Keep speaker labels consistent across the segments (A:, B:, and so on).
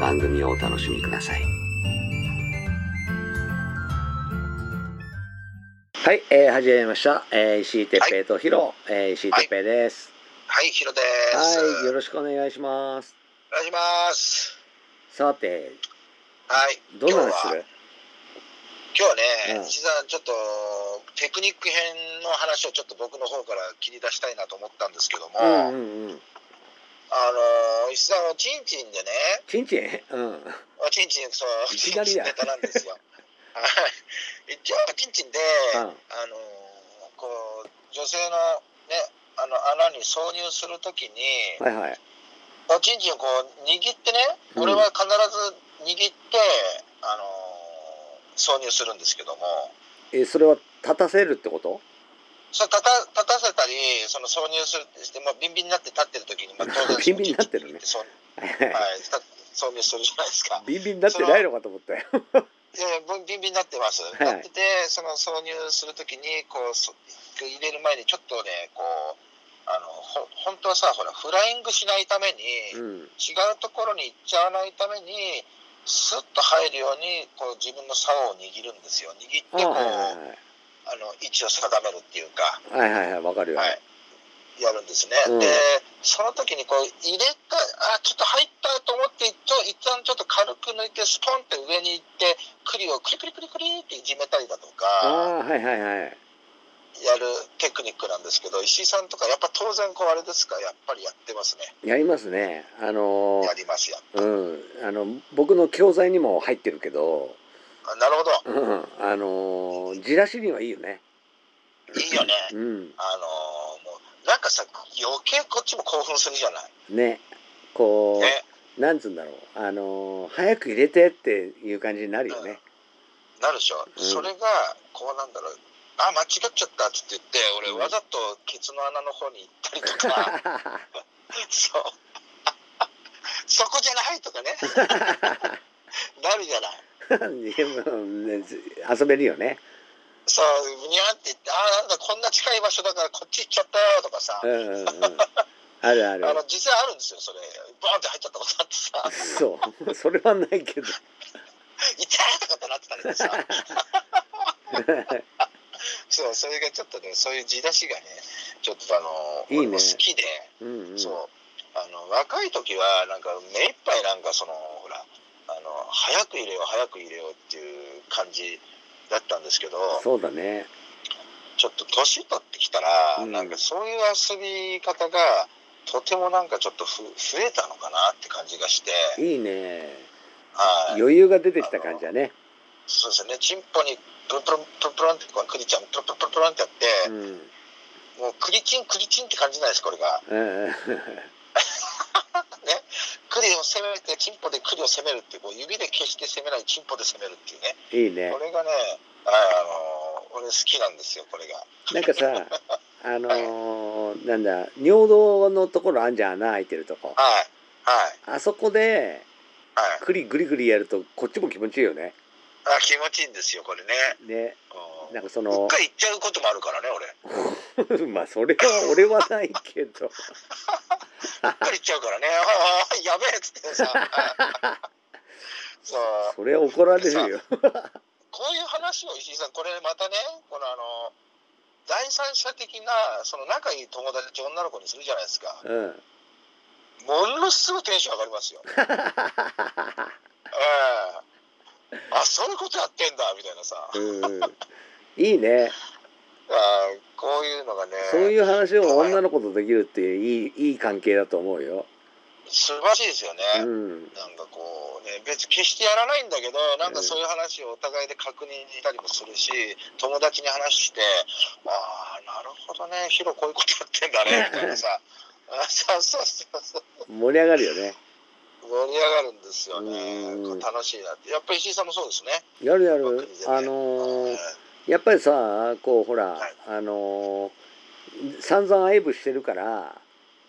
A: 番組をお楽しみください。はい、えー、始めました。えー、石井哲平とヒロ、えー石井哲平です。
B: はい、ヒロで
A: はい
B: す。、
A: よ
B: お
A: ろしくお願いします。
B: 願いします。
A: さて、
B: はい。
A: どんな話する
B: 今日は
A: う
B: 今日はね、
A: ん
B: 実はちょっとテクニック編の話をちょっと僕の方から切り出したいなと思ったんですけども、
A: うん
B: あ
A: うん
B: の
A: うん。
B: 石田のチンチンでね、
A: ちんちんうん。
B: あチンチンそう
A: い
B: チ
A: き
B: ン
A: なり
B: チン
A: だ
B: ネタなんですよ。はい。一応チンチンで、
A: うん
B: あのこう女性のねあの穴に挿入するときに、
A: はいはい。
B: おちんちんをこう握ってね、
A: うん
B: これは必ず握って、あのー挿入するんですけども、
A: え、それは立たせるってこと
B: それ立た立たせたり、その挿入するして、まあ、ビンビンになって立ってる時に、まあ、当然
A: ビンビンになってるね
B: そうはい、立挿入するじゃないですか。
A: ビンビンになってないのかと思ったよ。
B: いやいやビンビンになってます。
A: い
B: なってて、その挿入する時に、こうそ入れる前にちょっとね、こう。あのほ本当はさほらフライングしないために、
A: うん。
B: 違うところに行っちゃわないためにスッと入るようにこう自分の竿を握るんですよ握ってこ
A: あ
B: う
A: ー
B: あの位置を定めるっていうか、
A: はいはいはい。はいはいはい、わかるよ。
B: はい、やるんですね、
A: うん
B: でその時にこう入れたあちょっと入ったと思って一応一旦ちょっと軽く抜いてスポンって上に行って栗をクリクリクリクリっていじめたりだとか
A: ああー、はいはいはい。
B: やるテクニックなんですけど石井さんとかやっぱ当然こうあれですかやっぱりやってますね
A: やりますね。あのー
B: やりますやっぱ
A: うん、あの僕の教材にも入ってるけど、
B: あなるほど
A: うん、あのーじらしにはいいよね。
B: いいよね
A: うん、
B: あのーもうなんかさ余計こっちも興奮するじゃない
A: ね、こ
B: ね
A: う、なんつうんだろう、あのー早く入れてっていう感じになるよね。
B: なるでしょ、
A: うん
B: それがこうなんだろうあ間違っちゃったって言って俺
A: うん
B: わざとケツの穴の方に行ったり とかそう そこじゃないと かねなるじゃない
A: でもね遊べるよね。
B: そうにゃんって言ってあなんだこんな近い場所だからこっち行っちゃったよとかさ、
A: うんうんうん、あるある
B: あ。の実際あるんですよそれバーンって入っちゃったことあってさ
A: そう、それはない けど。
B: 痛いとかってなってたりさそう、それがちょっとね、そういう地出しがね、ちょっとあの、
A: いいね
B: 俺も好きで、
A: うんうん、
B: そう、あの、若い時は、なんか、目いっぱいなんか、その、ほら、あの、早く入れよう、早く入れようっていう感じだったんですけど、
A: そうだね。
B: ちょっと年取ってきたら、
A: うん
B: なんかそういう遊び方が、とてもなんかちょっとふ増えたのかなって感じがして、
A: いいね。
B: はい。
A: 余裕が出てきた感じだね。
B: そうですね、チンポにプルプルプルプルンって、こうクリちゃん、プルプルプルプルンってやって、
A: うん。
B: もうクリチン、クリチンって感じないです、これが。
A: うんうん。
B: 栗を攻めてチンポで栗を攻めるっていうこう指で決して攻めないチンポで攻めるっていう
A: い
B: ね
A: いね
B: こ。れがねあの俺好きなんですよこれが
A: なんかさ、あのーなんだ、尿道のところあんじゃん、穴開いてるとこ。
B: はいはい
A: あそこで、
B: はい
A: クリグリグリやると、こっちも気持ちいいよね。
B: あ気持ちいいんですよこれね
A: ね、
B: うん
A: なんかそ
B: 一
A: の、
B: 回行っちゃうこともあるからね俺
A: まあ、それは俺はないけど。
B: 一回行っちゃうからね ああやべえっつって さそう
A: それは怒られるよ。
B: こういう話を石井さんこれまたねこのあの第三者的なその仲いい友達女の子にするじゃないですか
A: うん。
B: ものすごいテンション上がりますようんあそういうことやってんだみたいなさ、あ
A: うんうんいいね
B: ーこういうのがね
A: そういう話を女の子とできるっていういいいい関係だと思うよ、
B: 素晴らしいですよね、
A: うん、
B: なんかこうね、別に決してやらないんだけど、なんかそういう話をお互いで確認したりもするし、友達に話して、ああ、なるほどね、ヒロこういうことやってんだね、みたいなさ。あそうそうそうそう
A: 盛り上がるよね
B: 盛り上がるんですよ
A: うんうんうん
B: ね。楽しいなって。やっぱり石井さんもそうですね。
A: やるや
B: う
A: る
B: ん
A: あの
B: うん
A: ーやっぱりさこうほら
B: はい
A: あのー散々愛撫してるから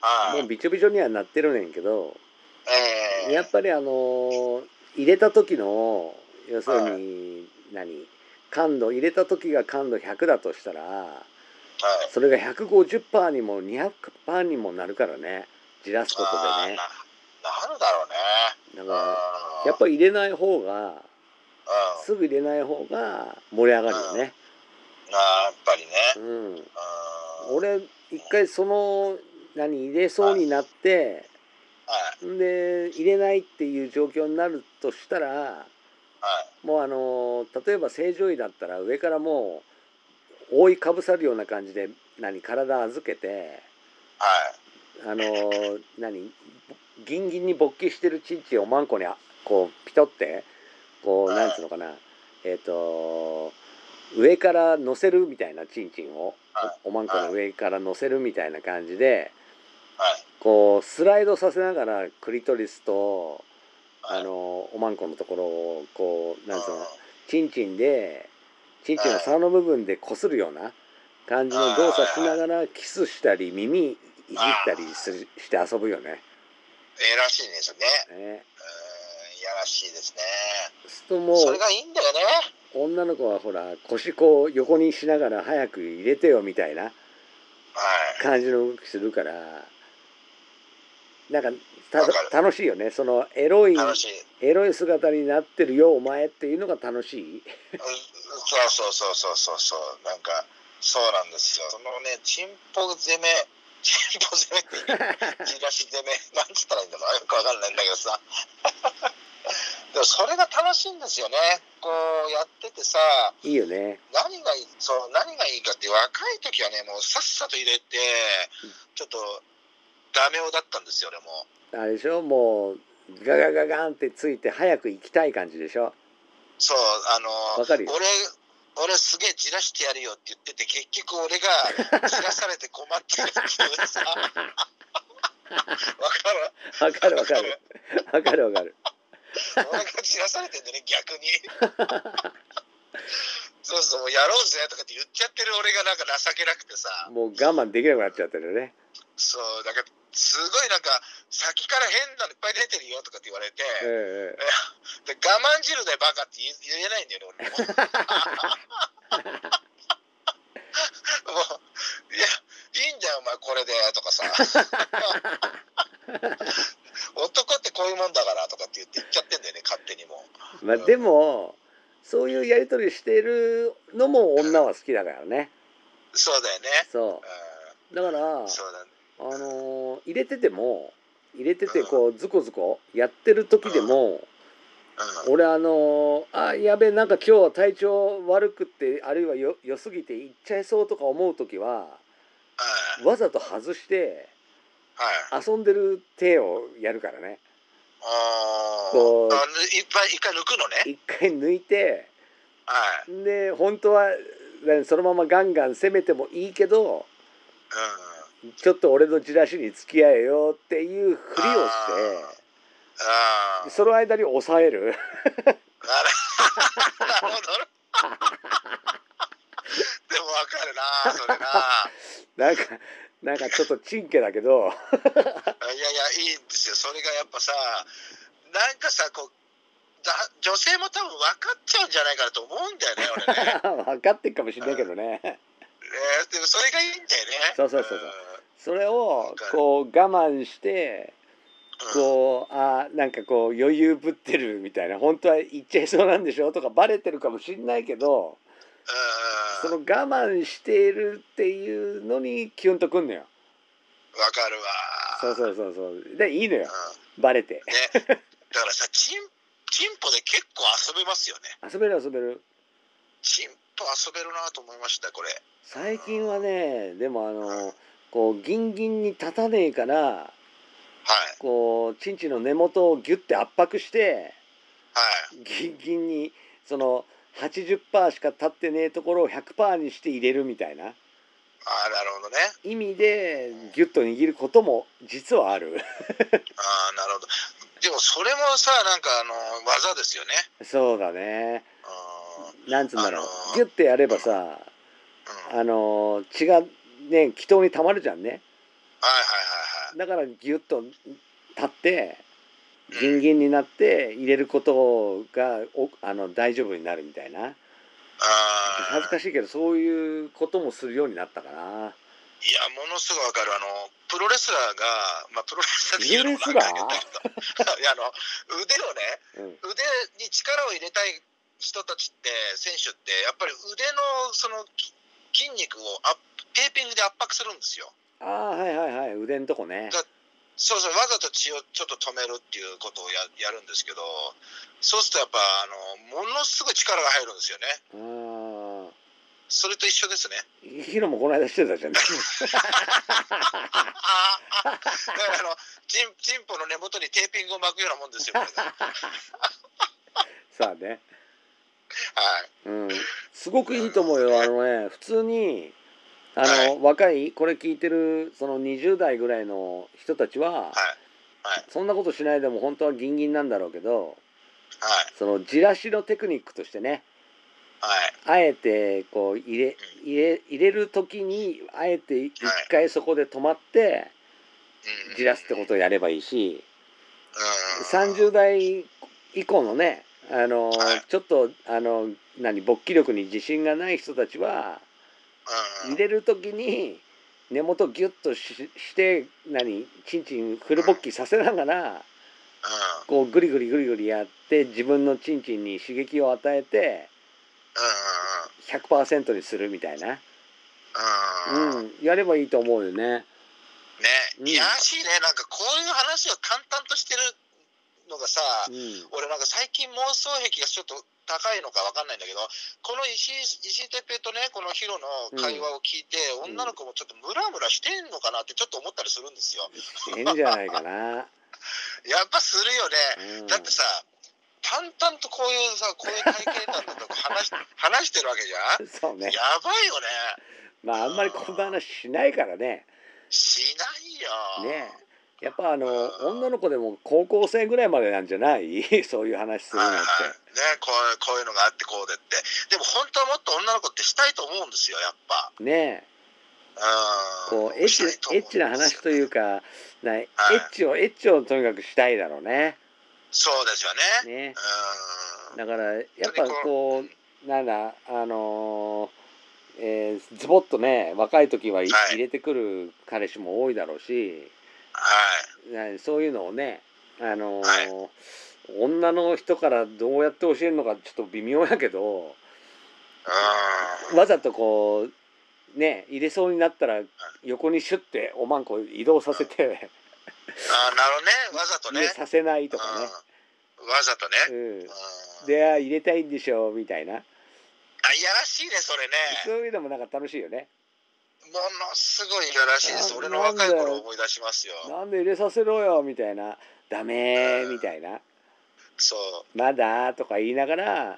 B: は
A: もう
B: い。
A: びちょびちょにはなってるねんけど
B: ええ
A: やっぱりあのー入れた時の要するに何感度入れた時が感度100だとしたら
B: はい。
A: それが150%にも200%にもなるからねじらすことで
B: あー
A: ね
B: ななるだろうね。
A: だ
B: うん
A: からやっぱり入れない方が
B: う
A: すぐ入れない方が盛り上がるよね。
B: ん。なやっぱりね。
A: うん、
B: うん
A: 俺一回その何入れそうになって
B: はい。
A: んで入れないっていう状況になるとしたら
B: はい。
A: もうあの例えば正常位だったら上からもう覆いかぶさるような感じで何体預けて
B: はい。
A: あの何ギンギンに勃起してるチンチンをマンコにあこうピトってこう
B: はい
A: なんつうのかなえっ、と上から乗せるみたいなチンチンを
B: は
A: おおまんこの上から乗せるみたいな感じで
B: はい。
A: こうスライドさせながらクリトリスと
B: はい
A: あのおまんこのところをこうなんつう
B: うん
A: のチンチンでチンチンの皿の部分でこするような感じの動作しながらキスしたり耳いじったりするして遊ぶよね。
B: えらしいですね。
A: ね
B: うーん、いやらしいですね。
A: そうす
B: そ
A: る
B: れ
A: とも
B: がいいんだよね。
A: う女の子はほら腰こう横にしながら早く入れてよみたいな
B: はい。
A: 感じの動きするからなんかた
B: わかる
A: 楽しいよねそのエロい
B: 楽しい。
A: エロい姿になってるよお前っていうのが楽しい。
B: うんそうそうそうそうそうそう。なんか、そうなんですよ。そのね、チンポ攻め、チンポ攻めっていう、じらし攻め、なんつったらいいんだろう。よくわかんないんだけどさ。でもそれが楽しいんですよね。こうやっててさ、
A: いいよね。
B: 何がいいそう何がいいかって若い時はねもうさっさと入れてちょっとダメ男だったんですよねもう
A: あれでしょもうガガガガンってついて早く行きたい感じでしょ。
B: そうあ
A: わ
B: の
A: かるよ
B: 俺俺すげえじらしてやるよって言ってて結局俺がじらされて困ってるってい うさわ
A: わ
B: かる
A: かるわかる。わかるわかる。
B: 俺がじらされてんだね逆 にそうそうもうやろうぜとかって言っちゃってる俺がなんか情けなくてさ
A: もう我慢できなくなっちゃってるね。
B: そうだからすごいなんか先から変なのいっぱい出てるよとかって言われて、
A: うんうん。
B: で我慢汁でバカって言え言えないんだよね俺もも ういやいいんだよお前これでとかさ男ってこういうもんだからとかって言って言っちゃってんだよね勝手にもう
A: まあでもそういうやり取りしてるのも女は好きだからね。
B: そうだよね
A: そううだからあ
B: んそうだね
A: のー入れてても入れててこうズコズコやってる時でも
B: うん
A: 俺あのーあやべえなんか今日は体調悪くってあるいはよ良すぎて行っちゃいそうとか思う時は
B: はい
A: わざと外して
B: はい
A: 遊んでる手をやるからね
B: あ
A: こう
B: ーあぬいっぱい一回抜くのね
A: 一回抜いて
B: はい
A: で本当はねそのままガンガン攻めてもいいけど
B: うん
A: ちょっと俺のじらしに付き合えよっていうふりをして
B: あー
A: その間に抑える
B: なるほど。 でもわかるな、それな。
A: なんかなんかちょっとチンケだけど
B: いやいや、いいんですよ。それがやっぱさ、なんかさ、こう、だ女性も多分分かっちゃうんじゃないかなと思うんだよね、俺 ね。
A: 分かってるかもしれないけどね
B: ねでもそれがいいんだよね。
A: そうそうそうそうんそれをこう我慢して
B: うん
A: こうあーなんかこう余裕ぶってるみたいな本当は言っちゃいそうなんでしょとかバレてるかもしれないけどそ
B: うん
A: の我慢しているっていうのにキュンとくんのよ。
B: わかるわ。
A: そうそうそうそう。でいいのよ
B: うん
A: バレて。
B: ね、だからさ、チン、チチンポで結構遊べますよね。
A: 遊べる遊べる
B: チンポ遊べるなと思いました、これ。
A: 最近はねでもあのこうギンギンに立たねえから
B: はい。
A: こうチンチンの根元をギュッて圧迫して
B: はい。
A: ギンギンにその80%しか立ってねえところを100%にして入れるみたいな
B: ああ、なるほどね。
A: 意味でギュッと握ることも実はある
B: ああ、なるほど。でも、それもさ、なんか、あの、技ですよね。
A: そうだね
B: うん。うん。
A: なんつうんだろう
B: あのー
A: ギュッてやればさ
B: はいはいはい
A: あのー血がね気筒に溜まるじゃんね
B: はい。
A: だからギュッと立って
B: うん
A: ギンギンになって入れることがおあの大丈夫になるみたいな
B: ああ
A: 恥ず。かしいけどそういうこともするようになったかない
B: や、ものすごいわかる。あの、プロレスラーが、まあ、プロレスラーっていうのも
A: プ
B: な
A: ロ
B: ん
A: レ
B: か
A: スラー
B: あげたけど いや、あの、腕をね、
A: うん
B: 腕に力を入れたい人たちって選手ってやっぱり腕のそのき筋肉をアップテーピングで圧迫するんですよ
A: ああはいはいはい腕んとこね
B: そうそうわざと血をちょっと止めるっていうことをややるんですけどそうするとやっぱあのものすごい力が入るんですよね
A: ああ
B: それと一緒ですね
A: ヒロもこの間してたじゃん
B: あああ だからあのチンチンポの根元にテーピングを巻くようなもんですよこれがはい
A: さあねうんすごくいいと思うよあのね普通にあの、
B: はい
A: 若いこれ聞いてるその20代ぐらいの人たちは、
B: はいはい
A: そんなことしないでも本当はギンギンなんだろうけど
B: はい
A: そのじらしのテクニックとしてね
B: はい
A: あえてこう入れ入れ入れる時にあえて一回そこで止まって
B: うん
A: じらすってことをやればいいし
B: うん
A: 30代以降のねあの
B: はい
A: ちょっとあの何勃起力に自信がない人たちは
B: うん
A: 入れる時に根元ギュッとしして何チンチンフル勃起させながら
B: うん
A: こうグリグリグリグリやって自分のチンチンに刺激を与えて
B: う
A: 100%にするみたいな、
B: んうんうんうん
A: うん、やればいいと思うよね。うん
B: ねいやらしいねなんかこういう話を淡々としてるのがさ、
A: うん
B: 俺なんか最近妄想癖がちょっと高いのかわかんないんだけどこの石井石井哲平とねこのヒロの会話を聞いて、
A: うん
B: 女の子もちょっとムラムラしてんのかなってちょっと思ったりするんですよ
A: してんじゃないかな。
B: やっぱするよ
A: う
B: ね、
A: ん
B: だってさ淡々とこういうさこういう体験談だとか 話し話してるわけじゃん、
A: そうね
B: や。ばいよね
A: まああんまりこんな話しないからね。
B: しないよ
A: ねえ。やっぱあの女の子でも高校生ぐらいまでなんじゃない そういう話するのっ
B: はいはいね、こうこういうのがあってこうでってでも本当はもっと女の子ってしたいと思うんですよやっぱ
A: て。ねえ。
B: うん
A: こうエッチ
B: したいと思
A: エ
B: うん
A: ッチな話と
B: です
A: い
B: よ
A: うか、なエッチをエッチをとにかくしたいだろうね。
B: そうですよね
A: ね。
B: う
A: だ
B: ん
A: からやっぱこうなんだあのーえーズボッとね若い時はい
B: はい
A: 入れてくる彼氏も多いだろうし、
B: はい
A: なそういうのをねあのー
B: は
A: 女の人からどうやって教えるのかちょっと微妙やけど
B: うん
A: わざとこうね入れそうになったら横にシュッておまんこ移動させて
B: あなるほどねわざとね
A: 入れ させないとか
B: うんわざと
A: ね。
B: ね、
A: うん
B: うん
A: であ入れたいんでしょみたいな
B: あいやらしいねそれ
A: そう
B: ね
A: いうのもなんか楽しいよね。
B: ものすごいいやらしいです
A: あ
B: 俺の若い
A: なんだ
B: 頃
A: よ
B: 思い出しますよ
A: なんで入れさせろよみたいな「ダメ」みたいな
B: そ
A: 「まだ」とか言いながら「
B: う、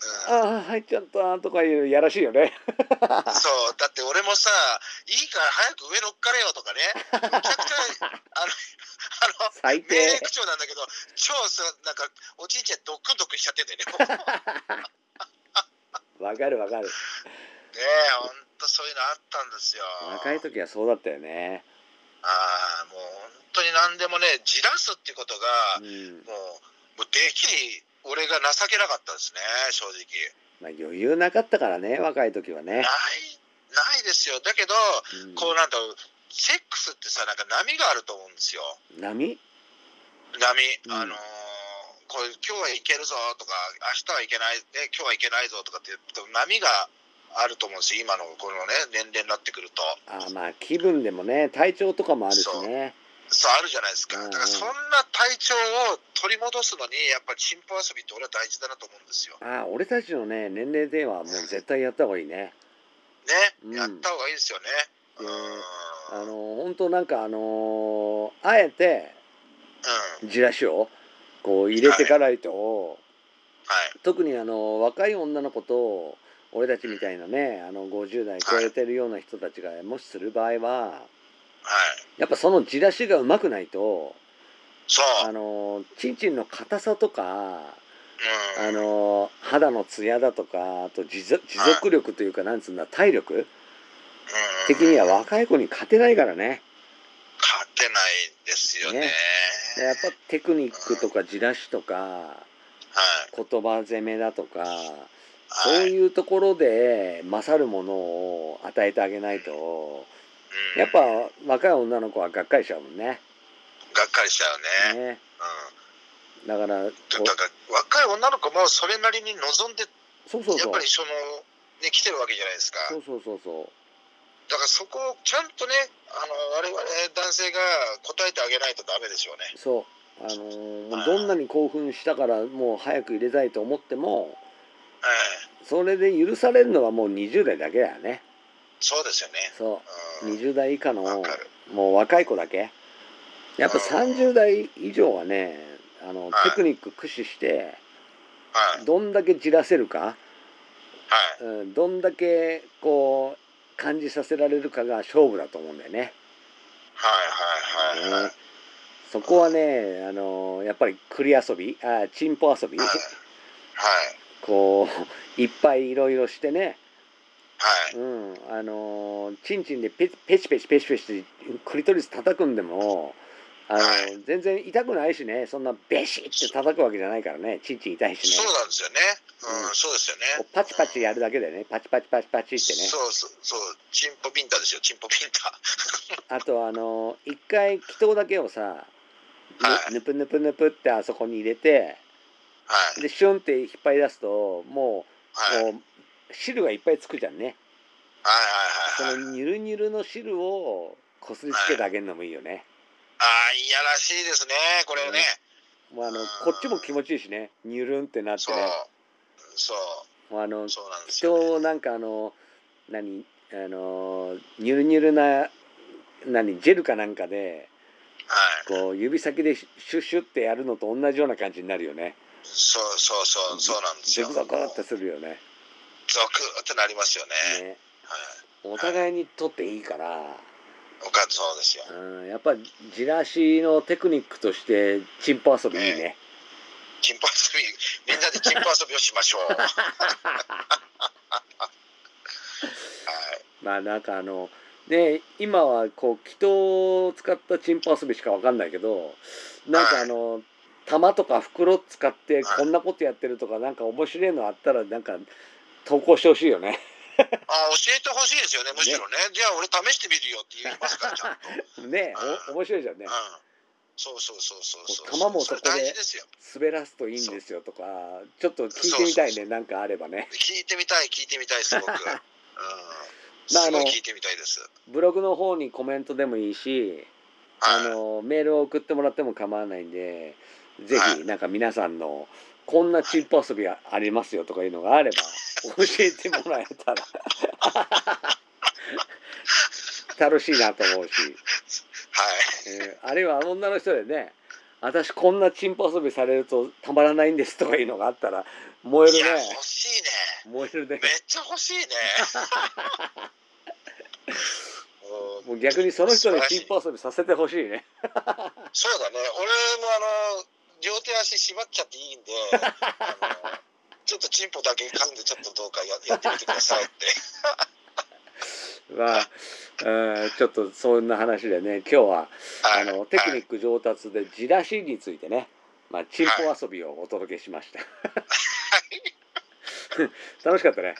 B: うん、
A: ああ入っちゃった」とかいうやらしいよ ね。
B: そう、だって俺もさ、いいから早く上乗っかれよとかね、むちゃくちゃ、あの、あの、
A: 最低
B: 命令口調なんだけど、超さ、なんか、おじいちゃんドックンドックンしちゃってんだよね。 もうね
A: わかるわかる
B: え、ほんとそういうのあったんですよ。
A: 若い時はそうだったよね。
B: ああ、もう本当に何でもね、じらすっていうこと
A: うん
B: が、もう、もうできり、俺が情けなかったですね、正直。
A: まあ、余裕なかったからね若い時はね
B: な。い、ないですよ。だけど、
A: うん
B: こうなんだろう、セックスってさ、なんか波があると思うんですよ。
A: 波
B: 波、
A: うん
B: あのーこれ今日はいけるぞとか明日はいけない、ね、今日はいけないぞとかって言うと波があると思うんですよ今のこのね年齢になってくると
A: あーまあ気分でもね体調とかもあるしね。
B: そうあるじゃないです
A: う
B: か、
A: んうん
B: だからそんな体調を取り戻すのに、やっぱりチンポ遊びって俺は大事だなと思うんですよ。
A: ああ、俺たちのね、年齢ではもう絶対やった方がいいね。うん
B: ね、やった方がいいですよね。
A: であ
B: うん、うん、
A: の、本当なんかあのーあえて、じらしを、こう入れてかないと、
B: はい、
A: 特にあの、若い女の子と、俺たちみたいなね、あの、50代超えてるような人たちが、もしする場合は、
B: はい、
A: やっぱそのじらしがうまくないと、
B: そう、
A: あのー、ちんちんの硬さとか、
B: うん、
A: あのー肌のツヤだとかあと持続持続力というかなんつうんだ体力
B: うん
A: 的には若い子に勝てないからね
B: 勝てないですよね。
A: ねでやっぱテクニックとかじらしとか
B: はい、
A: 言葉攻めだとかそう
B: はい、
A: いうところで勝るものを与えてあげないと
B: うん
A: やっぱ若い女の子はがっかりしちゃうもんね
B: がっかりしちゃうね。
A: ね
B: う
A: だから
B: ん、
A: お
B: だから若い女の子もそれなりに望んで、
A: そうそう
B: や
A: そ
B: っ
A: う
B: ぱりその、ね、来てるわけじゃないですか。
A: そうそうそうそ
B: だからそこをちゃんとね、あの我々男性が答えてあげないとダメでしょうね
A: う。そうあのーもうどんなに興奮したからもう早く入れたいと思っても
B: ええ、
A: それで許されるのはもう20代だけだよね
B: そうですよね。、
A: そううん20代以下の
B: わかる。
A: もう若い子だけやっぱ30代以上はねあの
B: は
A: テ
B: い
A: クニック駆使して
B: はい、はい、
A: どんだけじらせるか、うん、どんだけこう感じさせられるかが勝負だと思うんだよね
B: はい、はい、はい、はい。
A: そこはねあのやっぱり栗遊びあチンポ遊び
B: はい、
A: こういっぱいいろいろしてね
B: はい、
A: うん、あのーチンチンでペペチペチペチペチクリトリス叩くんでも、あのー
B: はい
A: 全然痛くないしねそんなベシって叩くわけじゃないからねチンチン痛いし
B: そう
A: ね
B: なんですよね。うん、
A: うん
B: そうですよね
A: こう。パチパチやるだけでねパチパチパチパチってね
B: そうそうそう、チンポピンタですよ、チンポピンタ。
A: あとあのー一回祈祷だけをさぬ
B: はい
A: ぬぷぬぷぬぷってあそこに入れて
B: はい、
A: でシュンって引っ張り出すともう,、
B: はい、はい、はい、はい
A: もう汁がいっぱいつくじゃんねそ
B: はいはい。
A: のニュルニュルの汁をこすりつけてあげるのもいいよね、
B: ああ、いやらしいですね、これね。
A: まあ、あの
B: うん
A: こっちも気持ちいいしねニュルンってなって
B: そう
A: ね、
B: そ
A: もうあの
B: う、そうなんですよ、ね。
A: 人をなんかあの何あのニュルニュルな何ジェルかなんかで
B: はい、
A: こう指先でシュッシュッってやるのと同じような感じになるよね
B: そうそうそう、そうなんです
A: ゾ
B: よ。
A: クゾクってするよね
B: ゾクってなりますよね。
A: ね
B: はい
A: お互いにとっていいから、
B: おかずそうですよ。
A: うん、やっぱじらしのテクニックとしてチンポ遊びいいね
B: チ ンポ遊び、みんなでチンポ遊びをしましょう。 はい。
A: まあなんかあので今はこう祈祷を使ったチンポ遊びしかわかんないけどなんかあの玉とか袋使ってこんなことやってるとかなんか面白いのあったらなんか投稿してほしいよ ね
B: あ、教えてほしいですよね、むしろね。じゃあ俺試してみるよって言いますから、ちゃんと。う
A: ねえお面白いじゃんね
B: ん。そうそうそうそうそう。
A: こう球も
B: それ
A: そこで
B: 大事ですよ。
A: 滑らすといいんですよとかちょっと聞いてみたいねなんかあればね
B: 聞いてみたい、聞いてみたい、す ごく。うん。す
A: まああ
B: ご
A: の
B: い聞いてみたいです。
A: ブログの方にコメントでもいいし
B: は
A: あ
B: い。
A: のメールを送ってもらっても構わないんでぜひなんか皆さんのこんなチンポ遊びがありますよとかいうのがあ れば教えてもらえたら 楽しいなと思うし、
B: はい。
A: えーあるいは女の人でね私こんなチンポ遊びされるとたまらないんですとかいうのがあったら燃え
B: い
A: る
B: や、
A: ね
B: 欲しいね。
A: 燃えるね
B: めっちゃ欲 しいね。うん
A: もう逆にその人にチンポ遊びさせてほしいね
B: そうだね、俺もあの両手足縛っちゃっていいんで、 あのちょっとチンポだけ噛んで、ちょっとどうかややってみてくださいって。
A: まあ、うんちょっとそんな話でね今日はあのテクニ
B: はい
A: ック上達でじらしについてね、まあ、チンポ遊びをお届けしました。 楽しかったね。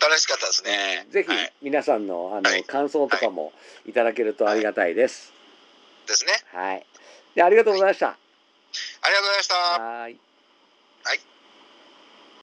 B: 楽しかったですね。
A: ぜひ
B: はい
A: 皆さんのあの、
B: はい
A: 感想とかもいただけるとありがたいです。
B: ですね。
A: はい。でありがとうございました。
B: ありがとうございました。
A: はい。
B: はい